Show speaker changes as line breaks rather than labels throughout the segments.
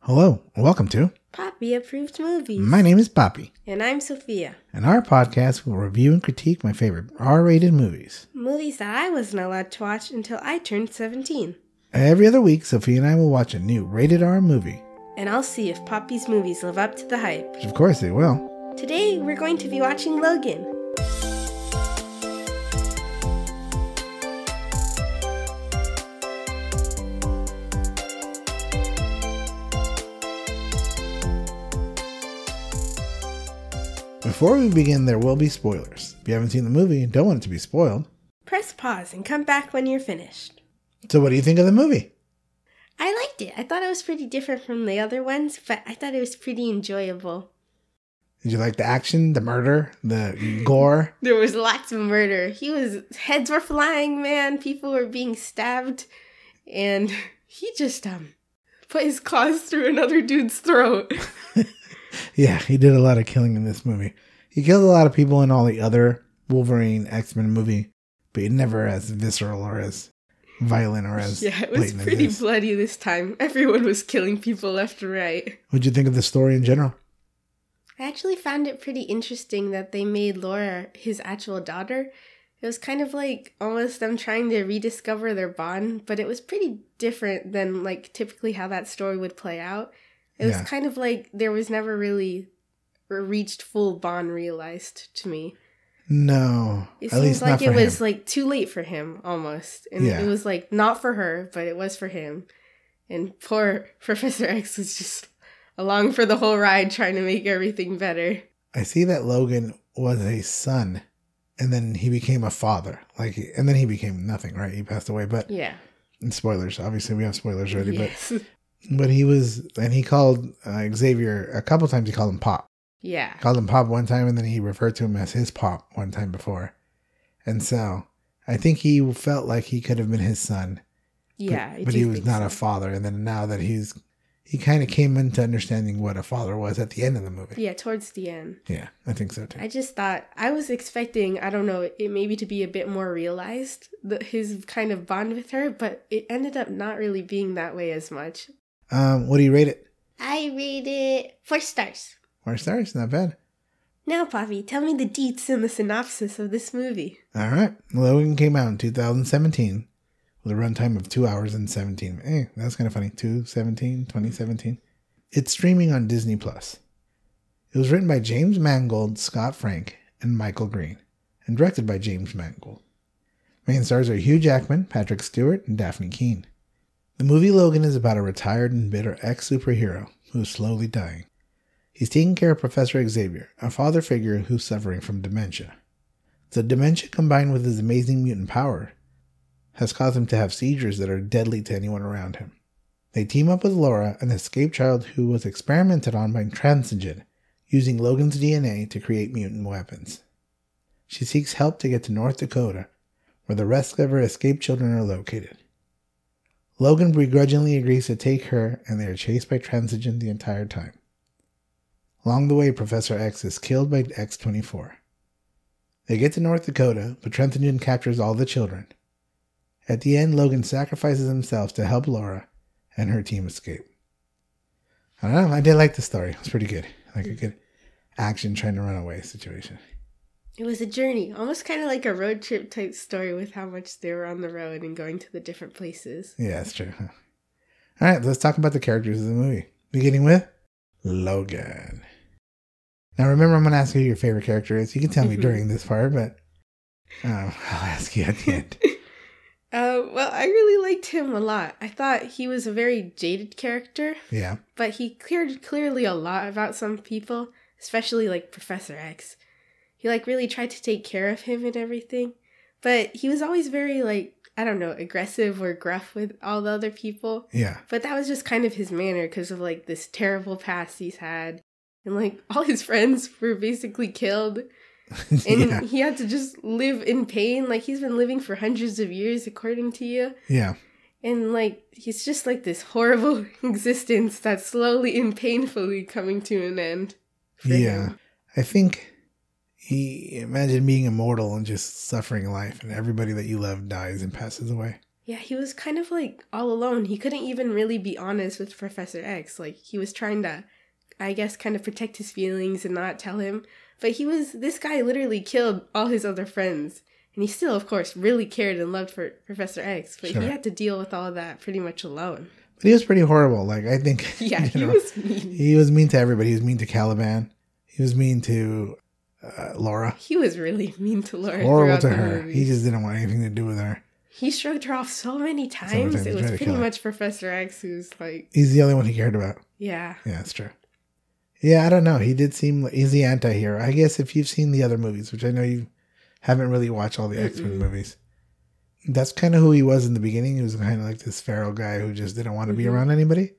Hello, and welcome to
Poppy Approved Movies.
My Name is Poppy,
and I'm Sophia.
and our podcast will review and critique my favorite R rated movies.
Movies that I wasn't allowed to watch until I turned 17.
Every other week, Sophie and I will watch a new rated R movie,
And I'll see if Poppy's movies live up to the hype.
which of course they will.
Today, we're going to be watching Logan.
Before we begin, there will be spoilers. If you haven't seen the movie and don't want it to be spoiled,
Press pause and come back when you're finished.
so what do you think of the movie?
I liked it. I thought it was pretty different from the other ones, but I thought it was pretty enjoyable.
Did you like the action, the murder, the gore?
There was lots of murder. He was heads were flying, man. People were being stabbed, and he just um put his claws through another dude's throat.
Yeah, he did a lot of killing in this movie. He killed a lot of people in all the other Wolverine X Men movie, but never as visceral or as violent or as
Yeah, it was
blatant as
pretty
this.
bloody this time. Everyone was killing people left and right.
What'd you think of the story in general?
I actually found it pretty interesting that they made Laura his actual daughter. It was kind of like almost them trying to rediscover their bond, but it was pretty different than like typically how that story would play out. It
Yeah.
was kind of like there was never really a reached full bond realized to me.
No,
It
at
seems
least
like
not
it
for
was
him.
like too late for him almost. And
Yeah.
it was like not for her, but it was for him. And poor Professor X was just along for the whole ride trying to make everything better.
I see that Logan was a son, and then he became a father. Like, and then he became nothing. Right? He passed away. But
Yeah.
and spoilers. Obviously, we have spoilers already.
Yes.
But but he was, and he called uh, Xavier a couple times. He called him Pop.
Yeah.
called him Pop one time, and then he referred to him as his Pop one time before. And so I think he felt like he could have been his son, but,
Yeah. I
but
do
he was
think
not
so.
a father. And then now that he's, he kind of came into understanding what a father was at the end of the movie.
Yeah, towards the end.
Yeah, I think so too.
I just thought I was expecting, I don't know, it maybe to be a bit more realized, the, his kind of bond with her, but it ended up not really being that way as much.
Um, what do you rate it?
I rate it four stars.
Four stars, not bad.
Now, Poppy, tell me the deets and the synopsis of this movie.
All right, Logan came out in 2017 with a runtime of two hours and 17. Hey, that's kind of funny. 217, 2017. It's streaming on Disney Plus. It was written by James Mangold, Scott Frank, and Michael Green, and directed by James Mangold. Main stars are Hugh Jackman, Patrick Stewart, and Daphne Keene. The movie Logan is about a retired and bitter ex superhero who is slowly dying. He's taking care of Professor Xavier, a father figure who's suffering from dementia. The dementia combined with his amazing mutant power has caused him to have seizures that are deadly to anyone around him. They team up with Laura, an escaped child who was experimented on by Transigen, using Logan's DNA to create mutant weapons. She seeks help to get to North Dakota, where the rest of her escaped children are located. Logan begrudgingly agrees to take her, and they are chased by Transigen the entire time. Along the way, Professor X is killed by X 24. They get to North Dakota, but Trenthagen captures all the children. At the end, Logan sacrifices himself to help Laura and her team escape. I don't know. I did like the story. It was pretty good. Like a good action trying to run away situation.
It was a journey, almost kind of like a road trip type story with how much they were on the road and going to the different places.
Yeah, that's true. Huh? All right, let's talk about the characters of the movie. Beginning with Logan. Now, remember, I'm going to ask you who your favorite character is. You can tell me
Mhm.
during this part, but um, I'll ask you at the end.
Uh, well, I really liked him a lot. I thought he was a very jaded character,
Yeah.
but he cared clearly a lot about some people, especially like Professor X. He like really tried to take care of him and everything, but he was always very like I don't know aggressive or gruff with all the other people.
Yeah.
But that was just kind of his manner because of like this terrible past he's had. And like all his friends were basically killed. And
yeah.
he had to just live in pain. Like he's been living for hundreds of years, according to you.
Yeah.
And like he's just like this horrible existence that's slowly and painfully coming to an end. for
Yeah.
him.
I think he imagine being immortal and just suffering life, and everybody that you love dies and passes away.
Yeah, he was kind of like all alone. He couldn't even really be honest with Professor X. Like, he was trying to, I guess, kind of protect his feelings and not tell him. But he was, this guy literally killed all his other friends. And he still, of course, really cared and loved for Professor X. But
Sure.
he had to deal with all that pretty much alone.
But he was pretty horrible. Like I think
Yeah,
you
he
know,
was mean.
he was mean to everybody. He was mean to Caliban. He was mean to uh, Laura.
He was really mean to Laura.
Horrible
throughout
to
the
her.
movie.
He just didn't want anything to do with her.
He shrugged her off so many times.
many times,
It
he's
was
ready to
pretty
kill her.
much Professor X who's like,
He's the only one he cared about.
yeah,
Yeah, that's true. Yeah, I don't know. He did seem like he's the anti-hero. I guess if you've seen the other movies, which I know you haven't really watched all the
Mm-mm.
X-Men movies, that's kind of who he was in the beginning. He was kind of like this feral guy who just didn't want to be
Mhm.
around anybody.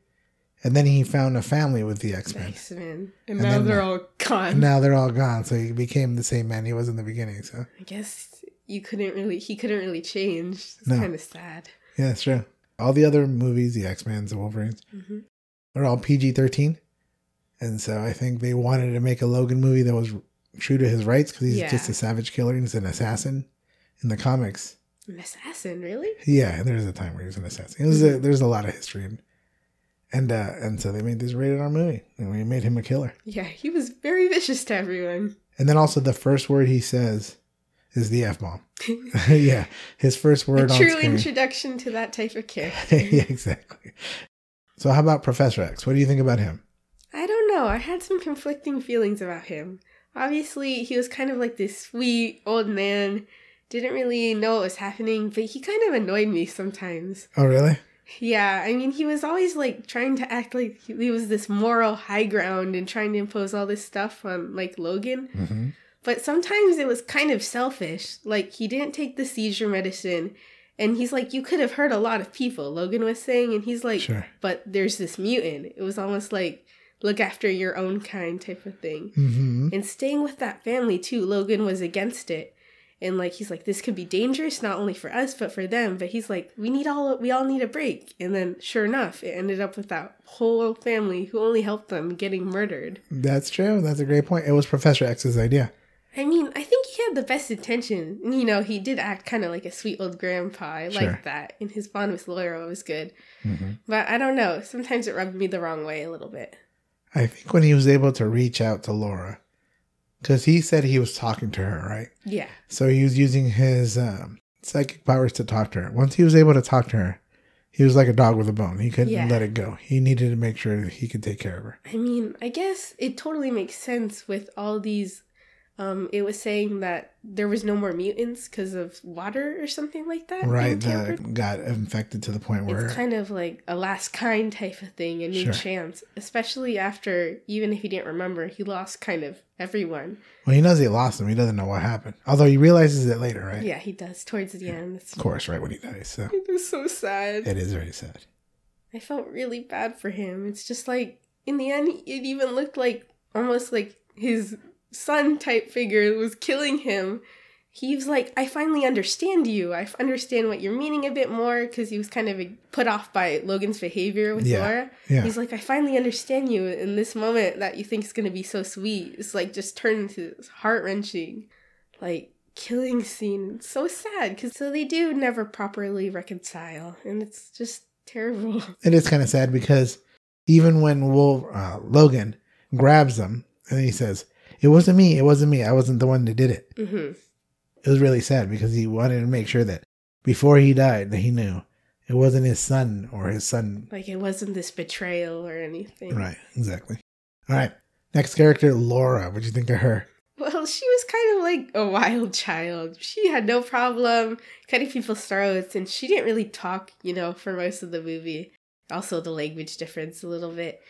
And then he found a family with the X-Men.
X Men.
And
And, now
then-
they're all
And
gone.
now they're all gone, so he became the same man he was in the beginning. So
I guess you couldn't really, he couldn't really change. It's
No.
kind of sad.
yeah, that's true. All the other movies, the X Men, the Wolverines,
hmm
they're all PG thirteen, and so I think they wanted to make a Logan movie that was true to his rights because he's
Yeah.
just a savage killer and he's an assassin in the comics.
An assassin, really?
Yeah, there's a time where he was an assassin. It was a, there's a lot of history, and and, uh, and so they made this rated R movie, and we made him a killer.
Yeah, he was very vicious to everyone.
And then also the first word he says is the f bomb. yeah, his first
A
word on
true
screen.
introduction to that type of character.
yeah, exactly. So, how about Professor X? What do you think about him?
I don't know. I had some conflicting feelings about him. Obviously, he was kind of like this sweet old man, didn't really know what was happening, but he kind of annoyed me sometimes.
Oh, really?
Yeah, I mean, he was always like trying to act like he he was this moral high ground and trying to impose all this stuff on like Logan.
Mm-hmm.
But sometimes it was kind of selfish. Like, he didn't take the seizure medicine, and he's like, You could have hurt a lot of people, Logan was saying, and he's like,
Sure.
but there's this mutant. It was almost like look after your own kind type of thing.
Mm-hmm.
And staying with that family too, Logan was against it. And like he's like, this could be dangerous not only for us but for them. But he's like, we need all we all need a break. And then sure enough, it ended up with that whole family who only helped them getting murdered.
That's true. That's a great point. It was Professor X's idea.
I mean, I think he had the best intention. You know, he did act kind of like a sweet old grandpa. I
Sure.
like that. And his bond with Laura was good.
Mm-hmm.
But I don't know. Sometimes it rubbed me the wrong way a little bit.
I think when he was able to reach out to Laura, because he said he was talking to her, right?
Yeah.
So he was using his um, psychic powers to talk to her. Once he was able to talk to her, he was like a dog with a bone. He couldn't
Yeah.
let it go. He needed to make sure that he could take care of her.
I mean, I guess it totally makes sense with all these. Um, it was saying that there was no more mutants because of water or something like that. in
Right? The
Tampere.
got infected to the point where
It's kind of like a last kind type of thing, a new
Sure.
chance, especially after, even if he didn't remember, he lost kind of everyone.
well, he knows he lost him. He doesn't know what happened. Although he realizes it later, right?
Yeah, he does towards the end. It's,
of course, right when he dies. So
it is so sad.
it is very sad.
I felt really bad for him. It's just like, in the end, it even looked like almost like his son type figure was killing him. He was like, I finally understand you. I f- understand what you're meaning a bit more because he was kind of put off by Logan's behavior with
Yeah.
Laura.
Yeah,
He's like, I finally understand you in this moment that you think is going to be so sweet. It's like just turned into this heart wrenching, like killing scene. It's so sad because so they do never properly reconcile, and it's just terrible.
it is kind of sad because even when Wolf uh, Logan grabs him and he says, "It wasn't me. It wasn't me. I wasn't the one that did it."
hmm
It was really sad because he wanted to make sure that before he died, that he knew it wasn't his son or his son.
Like it wasn't this betrayal or anything.
Right? Exactly. All right. Next character, Laura. What do you think of her?
Well, she was kind of like a wild child. She had no problem cutting people's throats, and she didn't really talk, you know, for most of the movie. Also, the language difference a little bit.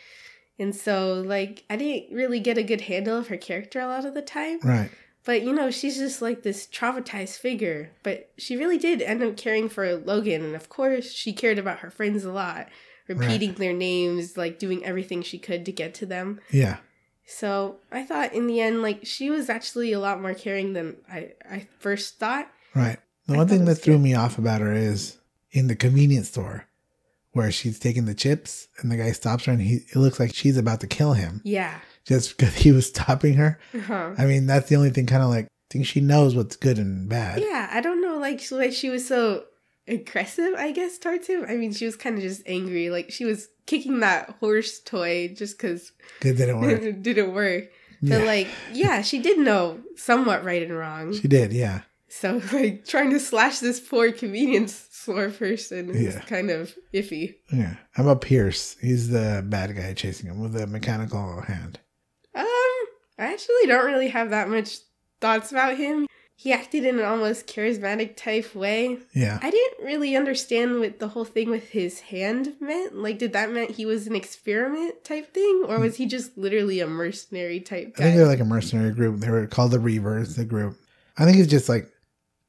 And so, like, I didn't really get a good handle of her character a lot of the time.
Right.
But, you know, she's just like this traumatized figure. But she really did end up caring for Logan. And of course, she cared about her friends a lot, repeating their names, like, doing everything she could to get to them.
Yeah.
So I thought in the end, like she was actually a lot more caring than I I first thought.
Right. The
I
one
thought
thing
it
that
was
threw
good.
me off about her is in the convenience store where she's taking the chips and the guy stops her and he it looks like she's about to kill him
Yeah.
just because he was stopping her.
Uh-huh.
I mean, that's the only thing kind of like I think she knows what's good and bad.
Yeah. I don't know, like why she was so aggressive, I guess, towards him. I mean, she was kind of just angry. Like she was kicking that horse toy just because
It didn't work.
it didn't work. But
Yeah.
like, yeah, she did know somewhat right and wrong.
she did, yeah.
So like trying to slash this poor convenience store person is
Yeah.
kind of iffy.
Yeah. How about Pierce? He's the bad guy chasing him with a mechanical hand.
Um, I actually don't really have that much thoughts about him. He acted in an almost charismatic type way.
Yeah.
I didn't really understand what the whole thing with his hand meant. Like, did that meant he was an experiment type thing, or was he just literally a mercenary type
I think they're
guy?
like a mercenary group. They were called the Reavers, the group. I think he's just like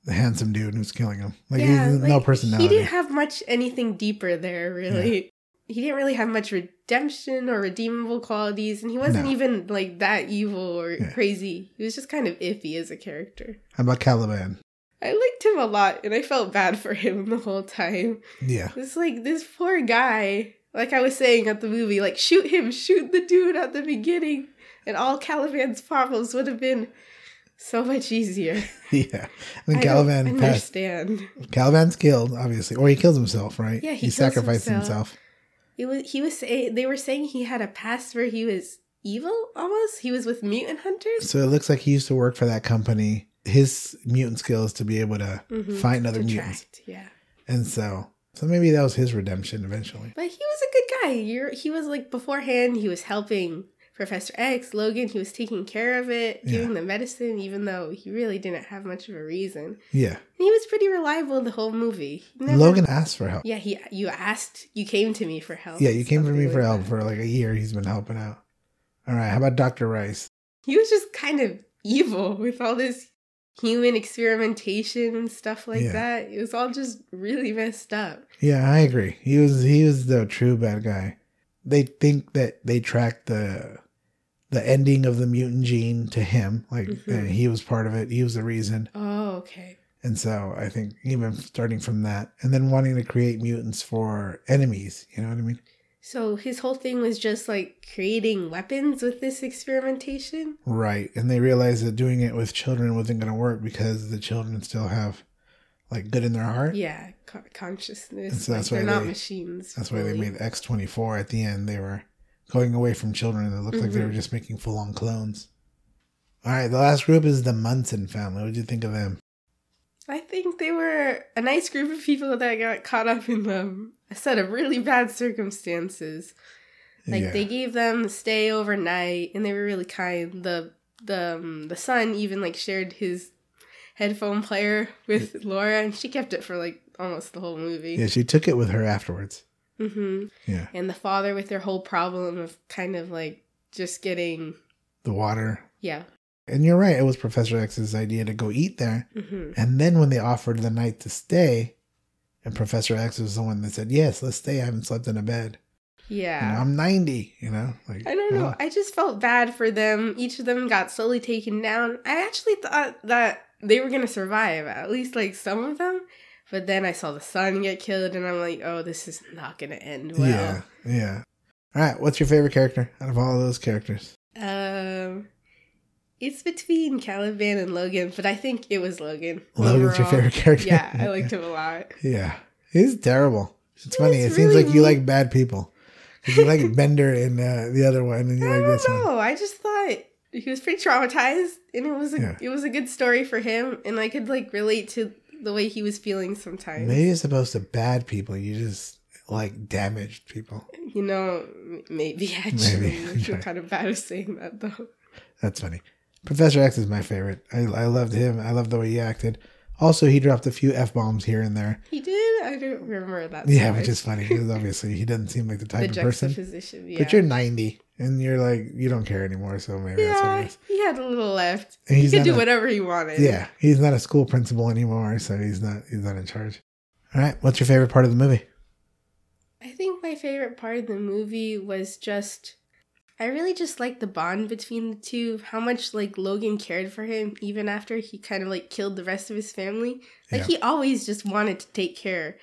the handsome dude who's killing him. Like he's no
like,
personality.
He didn't have much anything deeper there, really. He didn't really have much redemption or redeemable qualities, and he wasn't
No.
even like that evil or
Yeah.
crazy. He was just kind of iffy as a character.
How about Caliban?
I liked him a lot and I felt bad for him the whole time.
Yeah.
It's like this poor guy, like I was saying at the movie, like shoot him, shoot the dude at the beginning, and all Caliban's problems would have been so much easier.
Yeah. I
I
think
don't
Caliban passed.
understand.
Caliban's killed, obviously. Or he kills himself, right?
Yeah,
he
he kills
sacrificed
himself.
himself.
It was he was saying they were saying he had a past where he was evil almost. He was with mutant hunters.
So it looks like he used to work for that company. His mutant skills to be able to
Mhm.
find other mutants.
Detract, yeah.
And so so maybe that was his redemption eventually.
But he was a good guy. You're, he was like beforehand, he was helping Professor X, Logan. He was taking care of it,
Yeah.
giving the medicine, even though he really didn't have much of a reason. And
Yeah.
he was pretty reliable the whole movie. He never-
Logan asked for help.
Yeah, he. You asked. You came to me for help.
Yeah, you came for
something
me
like
for help
that.
for like a year. He's been helping out. All right. How about Dr. Rice?
He was just kind of evil with all this human experimentation and stuff like
Yeah.
that. It was all just really messed up.
Yeah, I agree. He was he was the true bad guy. They think that they tracked the the ending of the mutant gene to him, like
Mhm.
uh, he was part of it. He was the reason,
Oh, okay.
and so I think even starting from that, and then wanting to create mutants for enemies. You know what I mean?
So his whole thing was just like creating weapons with this experimentation.
Right. And they realized that doing it with children wasn't going to work because the children still have like good in their heart.
Yeah, co- consciousness.
And so
Like,
that's
they're
why
not
they-
machines.
That's why they
really.
made X twenty four at the end. They were going away from children. and It looked like they
Mhm.
were just making full on clones. All right, the last group is the Munson family. What did you think of them?
I think they were a nice group of people that got caught up in um, a set of really bad circumstances. Like
yeah,
they gave them the stay overnight, and they were really kind. the the um, The son even like shared his headphone player with Laura, and she kept it for like almost the whole movie.
yeah, she took it with her afterwards.
hmm
Yeah,
And the father with their whole problem of kind of like just getting
the water.
yeah.
And you're right. It was Professor X's idea to go eat there.
hmm
And then when they offered the night to stay, and Professor X was the one that said, "Yes, let's stay. I haven't slept in a bed. You know,
Yeah.
I'm 90. You know, like
I don't know.
oh,
I just felt bad for them. Each of them got slowly taken down. I actually thought that they were going to survive, at least like some of them. But then I saw the son get killed, and I'm like, oh, this is not going to end
Yeah,
well.
yeah. All right. What's your favorite character out of all those characters?
Um, it's between Caliban and Logan, but I think it was Logan.
Logan's your
overall.
favorite character.
Yeah, I liked him a lot.
Yeah, he's terrible. It's funny. It
was
seems
really
like you
mean.
like bad people. 'Cause You like Bender and uh, the other one, and you
I
like
don't
this one.
know. I just thought he was pretty traumatized, and it was a
Yeah.
it was a good story for him, and I could like relate to the way he was feeling sometimes.
Maybe it's supposed to bad people. You just like damaged people.
You know, m- maybe actually.
Maybe.
I feel kind of bad of saying that though.
That's funny. Professor X is my favorite. I, I loved him. I loved the way he acted. Also, he dropped a few f bombs here and there.
He did. I don't remember that.
Yeah,
so
which
much.
is funny because obviously he doesn't seem like the
the
type of person.
juxtaposition. Yeah.
But you're 90 and you're like you don't care anymore. So maybe that's what it
yeah,
is.
he had a little left.
And
He
he's
could
not
do
a-
whatever he wanted.
Yeah, he's not a school principal anymore, so he's not he's not in charge. All right, what's your favorite part of the movie?
I think my favorite part of the movie was just I really just liked the bond between the two, how much like Logan cared for him even after he kind of like killed the rest of his family. Like
Yeah.
he always just wanted to take care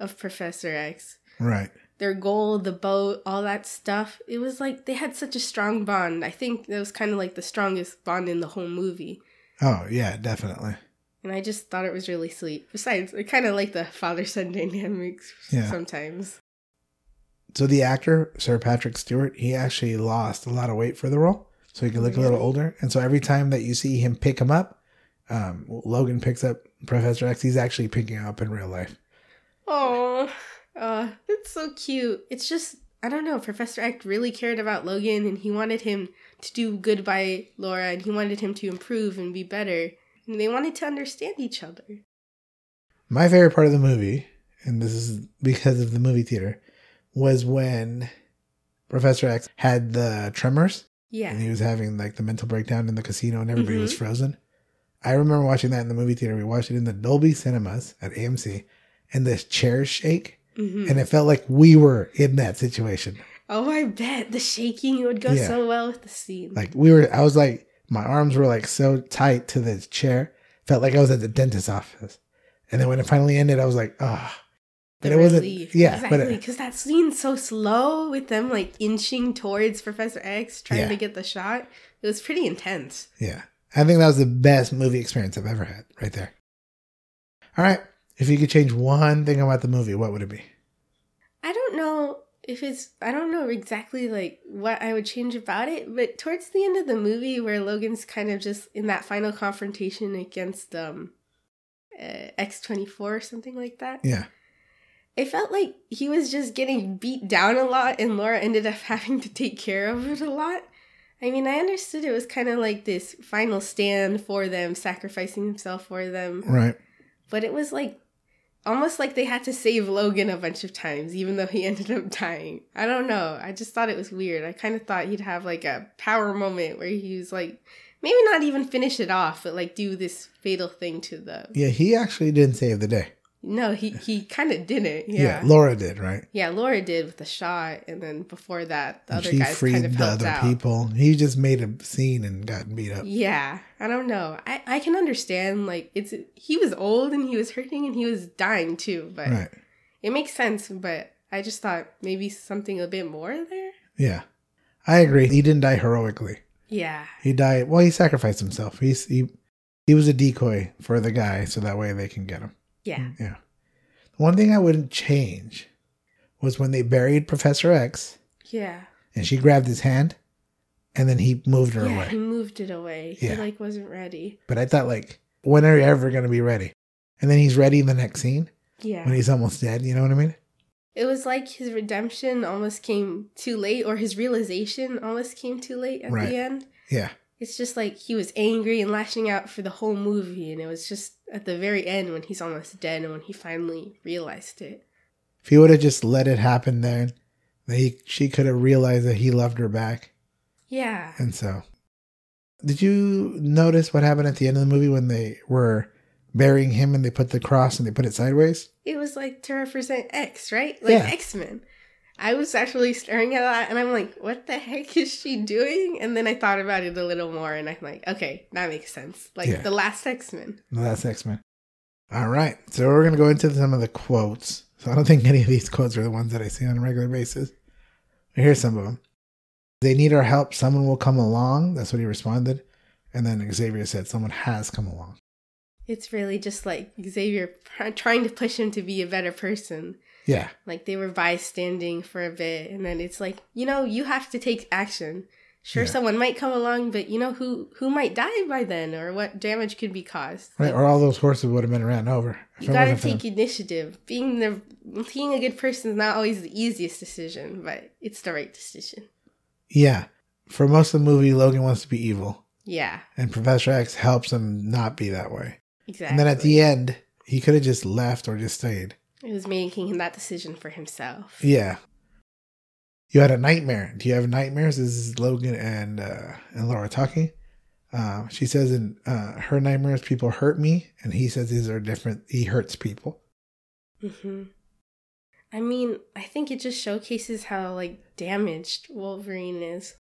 of Professor X.
Right.
Their goal, the boat, all that stuff. It was like they had such a strong bond. I think that was kind of like the strongest bond in the whole movie.
Oh yeah, definitely.
And I just thought it was really sweet. Besides, I kind of like the father son dynamics
Yeah.
sometimes.
So the actor, Sir Patrick Stewart, he actually lost a lot of weight for the role, so he could look a little
Really?
older. And so every time that you see him pick him up, um, Logan picks up Professor X. He's actually picking him up in real life.
Oh, uh, that's so cute. It's just, I don't know, Professor Act really cared about Logan and he wanted him to do good by Laura and he wanted him to improve and be better. And they wanted to understand each other.
My favorite part of the movie, and this is because of the movie theater, was when Professor X had the tremors and
Yeah.
he was having like the mental breakdown in the casino and everybody was
Mhm.
frozen. I remember watching that in the movie theater. We watched it in the Dolby Cinemas at AMC and the chairs shake.
hmm
And it felt like we were in that situation.
Oh, I bet the shaking it would go
Yeah.
so well with the scene.
Like we were, I was like, my arms were like so tight to the chair. Felt like I was at the dentist's office. And then when it finally ended, I was like, ah.
The
But it wasn't,
relief.
yeah, but
exactly.
it,
Because that scene's so slow with them like inching towards Professor X trying
Yeah.
to get the shot. It was pretty intense.
Yeah. I think that was the best movie experience I've ever had right there. All right. If you could change one thing about the movie, what would it be?
I don't know if it's I don't know exactly like what I would change about it, but towards the end of the movie where Logan's kind of just in that final confrontation against um uh, X24 or something like that.
Yeah.
It felt like he was just getting beat down a lot and Laura ended up having to take care of it a lot. I mean, I understood it was kind of like this final stand for them, sacrificing himself for them
Right.
but it was like almost like they had to save Logan a bunch of times, even though he ended up dying. I don't know. I just thought it was weird. I kind of thought he'd have like a power moment where he was like, maybe not even finish it off, but like do this fatal thing to the.
Yeah. He actually didn't save the day.
No, he he kind of didn't. Yeah. yeah.
Laura did, right?
Laura did with the shot, and then before that, the
And
other
she
guys
freed
kind
the
of helped
other
out.
people. He just made a scene and got beat up.
Yeah, I don't know. I I can understand like it's he was old and he was hurting and he was dying too, but
Right.
It makes sense, but I just thought maybe something a bit more there.
Yeah. I agree. He didn't die heroically.
Yeah.
He died. Well, he sacrificed himself. He's, he he was a decoy for the guy, so that way they can get him.
Yeah.
Yeah. One thing I wouldn't change was when they buried Professor X
Yeah.
and she grabbed his hand and then he moved her
yeah, he
away.
moved it away. He
Yeah.
like wasn't ready.
But I thought, like, when are you ever going to be ready? And then he's ready in the next scene
Yeah.
when he's almost dead. You know what I mean?
it was like his redemption almost came too late or his realization almost came too late at
Right.
the end.
Yeah.
It's just like he was angry and lashing out for the whole movie and it was just at the very end when he's almost dead and when he finally realized it.
If he would have just let it happen then, then he, she could have realized that he loved her back.
Yeah.
And so, did you notice what happened at the end of the movie when they were burying him and they put the cross and they put it sideways?
it was like to represent X, right? Like
Yeah.
X Men. I was actually staring at that and I'm like, what the heck is she doing? And then I thought about it a little more and I'm like, okay, that makes sense. Like
Yeah.
the last X Men.
No, that's X Men. All right. So we're going to go into some of the quotes. So I don't think any of these quotes are the ones that I see on a regular basis. Here's some of them. They need our help. Someone will come along. That's what he responded. And then Xavier said, Someone has come along.
It's really just like Xavier pr- trying to push him to be a better person.
Yeah.
Like they were bystanding for a bit and then it's like, you know, you have to take action. Sure,
Yeah.
someone might come along, but you know who who might die by then or what damage could be caused.
Right.
Like,
Or all those horses would have been ran over. If
You
it
gotta
wasn't for them.
take initiative. Being the being a good person is not always the easiest decision, but it's the right decision.
Yeah. For most of the movie, Logan wants to be evil.
Yeah,
And Professor X helps him not be that way.
exactly.
And then at the end, he could have just left or just stayed.
it was making that decision for himself.
Yeah. You had a nightmare. Do you have nightmares? This is Logan and uh, and Laura talking. Uh, she says in uh, her nightmares, people hurt me, and he says these are different. He hurts people.
hmm I mean, I think it just showcases how like damaged Wolverine is.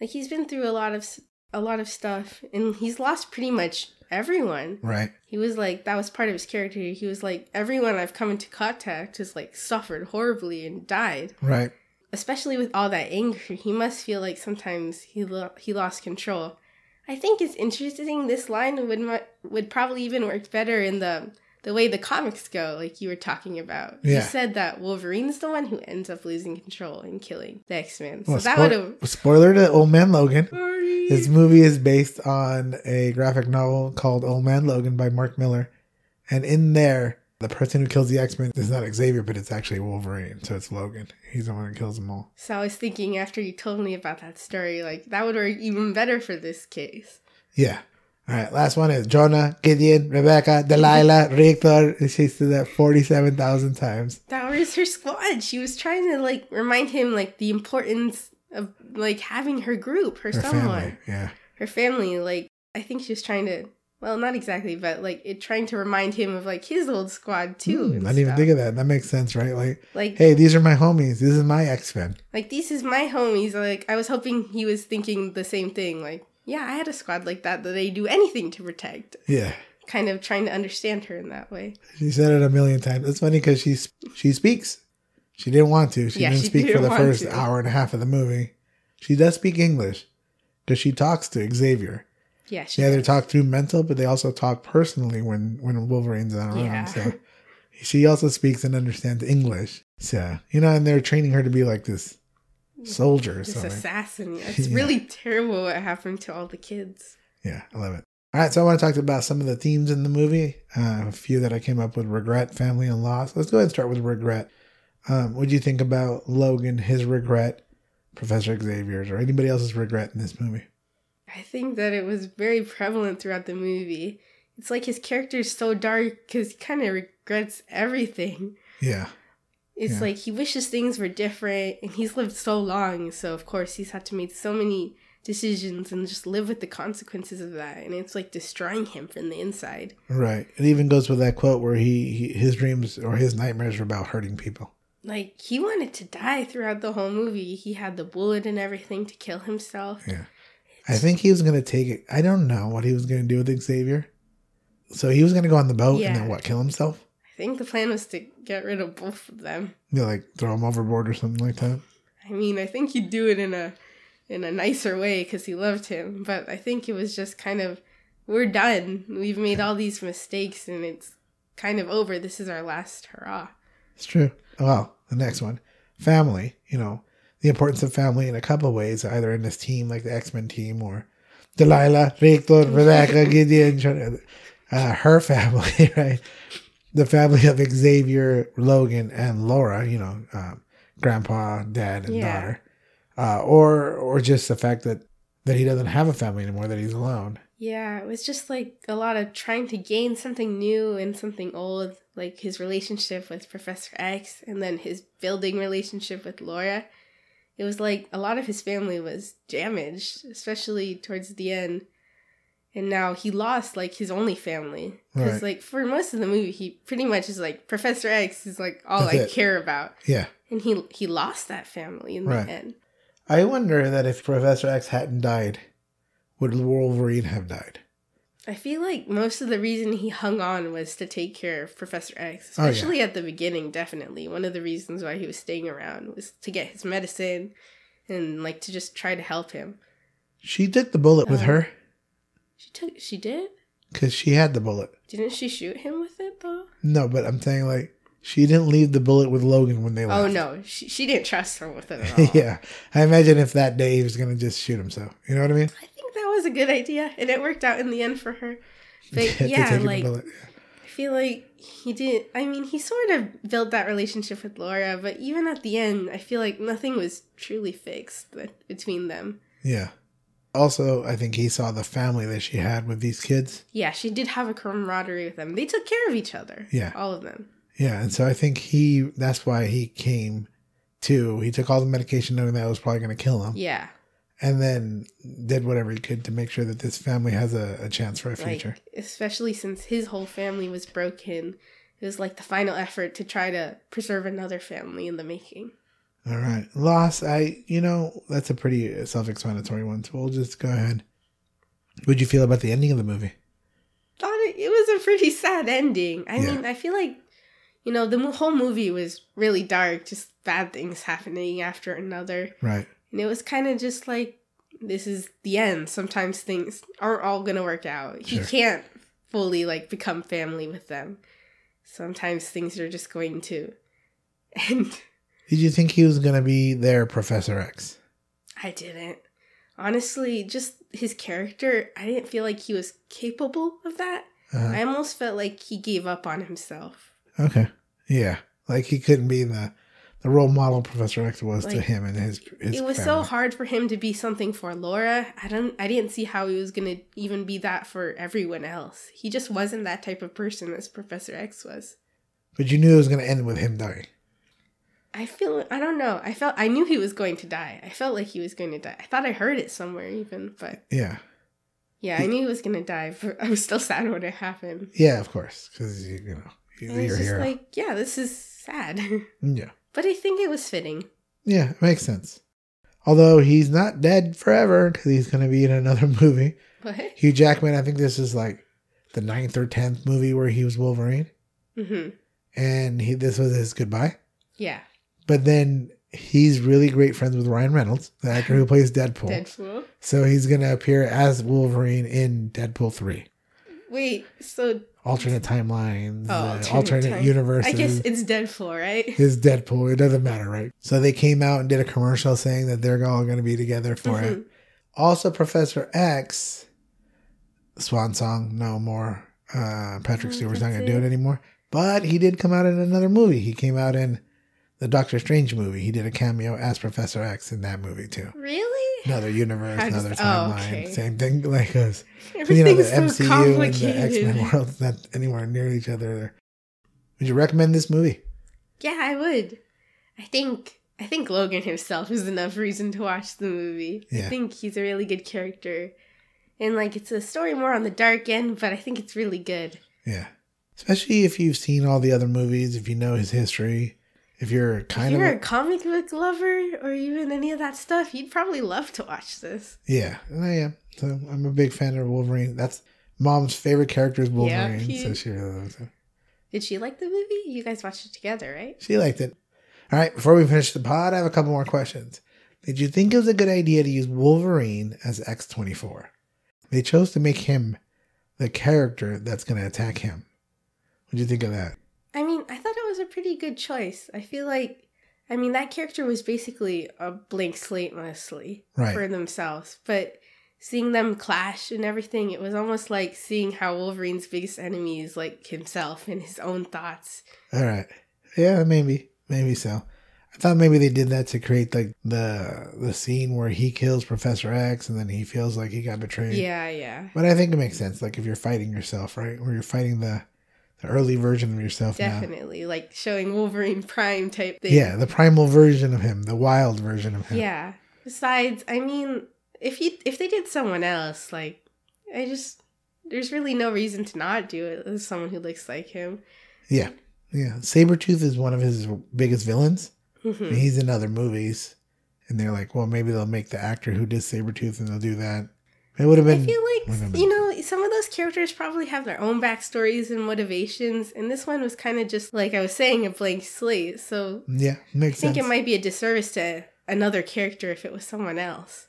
Like he's been through a lot of s- a lot of stuff, and he's lost pretty much everyone.
Right.
He was like, that was part of his character. He was like, everyone I've come into contact has like suffered horribly and died.
Right.
especially with all that anger, he must feel like sometimes he lo- he lost control. I I think it's interesting. This line would mu- would probably even work better in the the way the comics go, like you were talking about. You
Yeah.
said that Wolverine's the one who ends up losing control and killing the X Men. So
Well,
that
spoil-
would have.
Spoiler to Old Man Logan.
Sorry.
This movie is based on a graphic novel called Old Man Logan by Mark Miller. And in there, the person who kills the X Men is not Xavier, but it's actually Wolverine. So it's Logan. He's the one who kills them all.
So I was thinking after you told me about that story, like that would work even better for this case.
Yeah. All right. Last one is Jonah, Gideon, Rebecca, Delilah, Richter. She said that 47,000 times.
That was her squad. She was trying to like remind him like the importance of like having her group, her,
Her
someone,
family. Yeah.
her family. Like I think she was trying to, well, not exactly, but like it trying to remind him of like his old squad too.
Hmm, I didn't even think of that. That makes sense, right? Like,
Like
hey, these are my homies. This is my X Men.
like this is my homies. Like I was hoping he was thinking the same thing. Like yeah, I had a squad like that that they do anything to protect.
Yeah.
Kind of trying to understand her in that way.
She said it a million times. It's funny because she she speaks. She didn't want to. She
Yeah,
didn't
she
speak
didn't
for the
want
first
to.
hour and a half of the movie. She does speak English because she talks to Xavier.
Yeah, she
They either talk through mental, but they also talk personally when when Wolverine's not around.
Yeah.
So she also speaks and understands English. So you know, and they're training her to be like this soldier or
This
something.
assassin. Yeah, it's
Yeah.
really terrible what happened to all the kids.
Yeah, I love it. All right, so I want to talk about some of the themes in the movie. Uh, a few that I came up with: regret, family, and loss. Let's go ahead and start with regret. Um, what do you think about Logan, his regret, Professor Xavier's, or anybody else's regret in this movie?
I think that it was very prevalent throughout the movie. It's like his character is so dark because he kind of regrets everything.
Yeah,
It's
Yeah.
like he wishes things were different, and he's lived so long, so of course he's had to make so many decisions and just live with the consequences of that. And it's like destroying him from the inside.
right. It even goes with that quote where he, he his dreams or his nightmares are about hurting people.
Like he wanted to die throughout the whole movie. He had the bullet and everything to kill himself.
Yeah. I think he was going to take it. I don't know what he was going to do with Xavier. So he was going to go on the boat and then
Yeah.
what? Kill himself?
I think the plan was to get rid of both of them.
You know, like throw him overboard or something like that.
I mean, I think he'd do it in a in a nicer way because he loved him. But I think it was just kind of we're done. We've made all these mistakes, and it's kind of over. This is our last hurrah.
It's true. Well, the next one, family. You know, the importance of family in a couple of ways, either in this team, like the X Men team, or Delilah, Richter, Rebecca, Gideon, Jonah- uh, her family, right? The family of Xavier, Logan, and Laura. You know, um, grandpa, dad, and
Yeah.
daughter, uh, or or just the fact that that he doesn't have a family anymore, that he's alone.
Yeah, it was just like a lot of trying to gain something new and something old, like his relationship with Professor X and then his building relationship with Laura. It was like a lot of his family was damaged, especially towards the end. And now he lost like his only family. Because,
Right.
like, for most of the movie, he pretty much is like, Professor X is like all
That's
I
it.
care about.
Yeah.
And he, he lost that family in
Right.
the end.
I wonder that if Professor X hadn't died, would Wolverine have died?
I feel like most of the reason he hung on was to take care of Professor X,
Oh, yeah.
especially at the beginning, definitely. One of the reasons why he was staying around was to get his medicine and like to just try to help him.
She took the bullet with
Um,
her.
She took she did?
Because she had the bullet.
Didn't she shoot him with it though?
No, but I'm saying like she didn't leave the bullet with Logan when they
Oh
left.
no, she she didn't trust her with it at all.
yeah, I imagine if that day he was gonna just shoot himself. You know what I mean?
I think that was a good idea and it worked out in the end for her. But
To take
yeah,
him the
like
bullet.
I feel like he did. I mean, he sort of built that relationship with Laura, but even at the end, I feel like nothing was truly fixed be- between them.
yeah. Also, I think he saw the family that she had with these kids.
Yeah, she did have a camaraderie with them. They took care of each other.
Yeah.
All of them.
Yeah, and so I think he that's why he came to. He took all the medication knowing that it was probably gonna kill him.
Yeah.
And then did whatever he could to make sure that this family has a, a chance for a
Like,
future.
especially since his whole family was broken, it was like the final effort to try to preserve another family in the making.
All right. Loss, I, you know, that's a pretty self explanatory one. So we'll just go ahead. What'd you feel about the ending of the movie?
thought it, it was a pretty sad ending. I
Yeah.
mean, I feel like, you know, the mo- whole movie was really dark, just bad things happening after another.
Right.
And it was kind of just like, this is the end. Sometimes things aren't all gonna work out. You
Sure.
can't fully like become family with them. Sometimes things are just going to end.
Did you think he was going to be their Professor X?
I didn't. Honestly, just his character, I didn't feel like he was capable of that.
Uh,
I almost felt like he gave up on himself.
okay. Yeah. Like he couldn't be the the role model Professor X was to
Like,
him and his. his
it was so
family.
hard for him to be something for Laura. I don't I didn't see how he was going to even be that for everyone else. He just wasn't that type of person as Professor X was.
But you knew it was going to end with him dying.
I feel I don't know. I felt I knew he was going to die. I felt like he was going to die. I thought I heard it somewhere even, but
Yeah.
yeah, I knew he was going to die, but I was still sad when it happened.
Yeah, of course. Because, you, you know, you,
And it's
you're
just
here.
like, yeah, this is sad.
yeah.
but I think it was fitting.
Yeah, it makes sense. Although he's not dead forever because he's going to be in another movie.
What?
Hugh Jackman, I think this is like the ninth or tenth movie where he was Wolverine,
hmm
and he this was his goodbye.
Yeah.
But then he's really great friends with Ryan Reynolds, the actor who plays Deadpool.
Deadpool.
So he's going to appear as Wolverine in Deadpool three,
Wait, so
alternate timelines,
Oh,
uh, alternate,
alternate time-
universes.
I guess it's Deadpool, right?
is Deadpool. It doesn't matter, right? So they came out and did a commercial saying that they're all going to be together for it.
Mhm.
also Professor X, Swan Song, no more. Uh, Patrick
Oh,
Stewart's not
that's
going to do it
it.
anymore. But he did come out in another movie. He came out in the Doctor Strange movie. He did a cameo as Professor X in that movie too.
Really?
Another universe,
How does-
another
oh,
timeline,
okay.
same thing. Like us, you know, the
Everything's so
MCU and the X Men
complicated.
world's not anywhere near each other. Would you recommend this movie?
Yeah, I would. I think I think Logan himself is enough reason to watch the movie.
Yeah.
I think he's a really good character. And like it's a story more on the dark end, but I think it's really good.
Yeah, especially if you've seen all the other movies, if you know his history, if you're kind
if
of
you're a comic book lover or even any of that stuff, you'd probably love to watch this.
Yeah, and I am. So I'm a big fan of Wolverine. That's mom's favorite character is Wolverine,
he-
so she really loves him.
Did she like the movie? You guys watched it together, right?
She liked it. All right, before we finish the pod, I have a couple more questions. Did you think it was a good idea to use Wolverine as X24? They chose to make him the character that's going to attack him. What do you think of that?
I mean, I thought it was a pretty good choice. I feel like, I mean, that character was basically a blank slate mostly
Right.
for themselves. But seeing them clash and everything, it was almost like seeing how Wolverine's biggest enemy is like himself and his own thoughts.
All right. Yeah, maybe, maybe so. I thought maybe they did that to create like the the scene where he kills Professor X and then he feels like he got betrayed.
Yeah, yeah.
But I think it makes sense. Like if you're fighting yourself, right? Where you're fighting the, the early version of yourself now.
Definitely. Like showing Wolverine Prime type thing.
Yeah, the primal version of him, the wild version of him.
Yeah. Besides, I mean, if you if they did someone else, like I just there's really no reason to not do it as someone who looks like him.
Yeah. Sabretooth is one of his biggest villains.
Mhm.
He's in other movies. And they're like, well, maybe they'll make the actor who did Sabretooth and they'll do that. It would have
I
been.
feel
would've
like
been-
you know some of those characters probably have their own backstories and motivations, and this one was kind of just like I was saying, a blank slate. So
yeah,
I
makes
think
sense.
it might be a disservice to another character if it was someone else.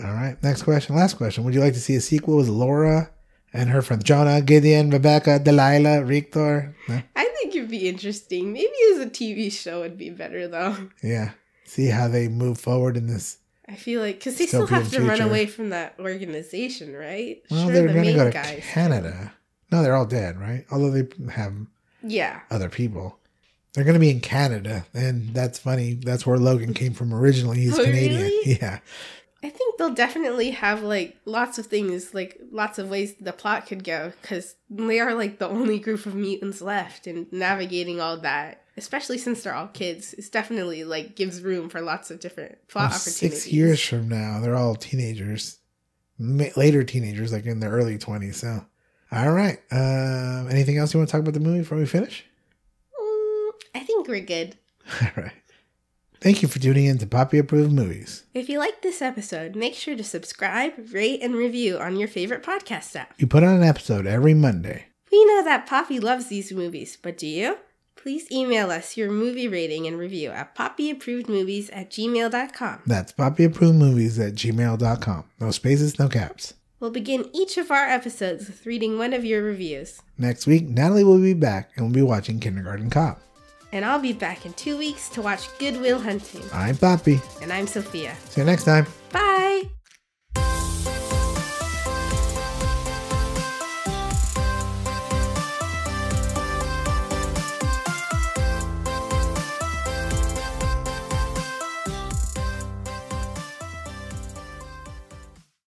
All right. Next question. Last question. Would you like to see a sequel with Laura and her friends, Jonah, Gideon, Rebecca, Delilah, Rictor? No?
I think it'd be interesting. Maybe as a TV show would be better though.
Yeah. See how they move forward in this
I feel like because they
Dystopian
still have to run
future.
away from that organization, right?
Well, they're going to go to Canada. No, they're all dead, right? Although they have
Yeah,
other people. They're going to be in Canada. And that's funny. That's where Logan came from originally. He's
Oh,
Canadian.
really?
Yeah.
I think they'll definitely have like lots of things, like lots of ways the plot could go, because they are like the only group of mutants left, and navigating all that, especially since they're all kids, is definitely like gives room for lots of different plot
Well,
opportunities.
six years from now, they're all teenagers, ma- later teenagers, like in their early 20s. So, all right. Um, anything else you want to talk about the movie before we finish?
Mm, I think we're good.
All right. Thank you for tuning in to Poppy Approved Movies.
If you liked this episode, make sure to subscribe, rate, and review on your favorite podcast app.
We put on an episode every Monday.
We know that Poppy loves these movies, but do you? please email us your movie rating and review at poppyapprovedmovies at gmail.com.
That's poppyapprovedmovies at gmail.com. No spaces, no caps.
We'll begin each of our episodes with reading one of your reviews.
Next week, Natalie will be back and we'll be watching Kindergarten Cop.
And I'll be back in two weeks to watch Goodwill Hunting.
I'm Poppy.
And I'm Sophia.
See you next time.
Bye!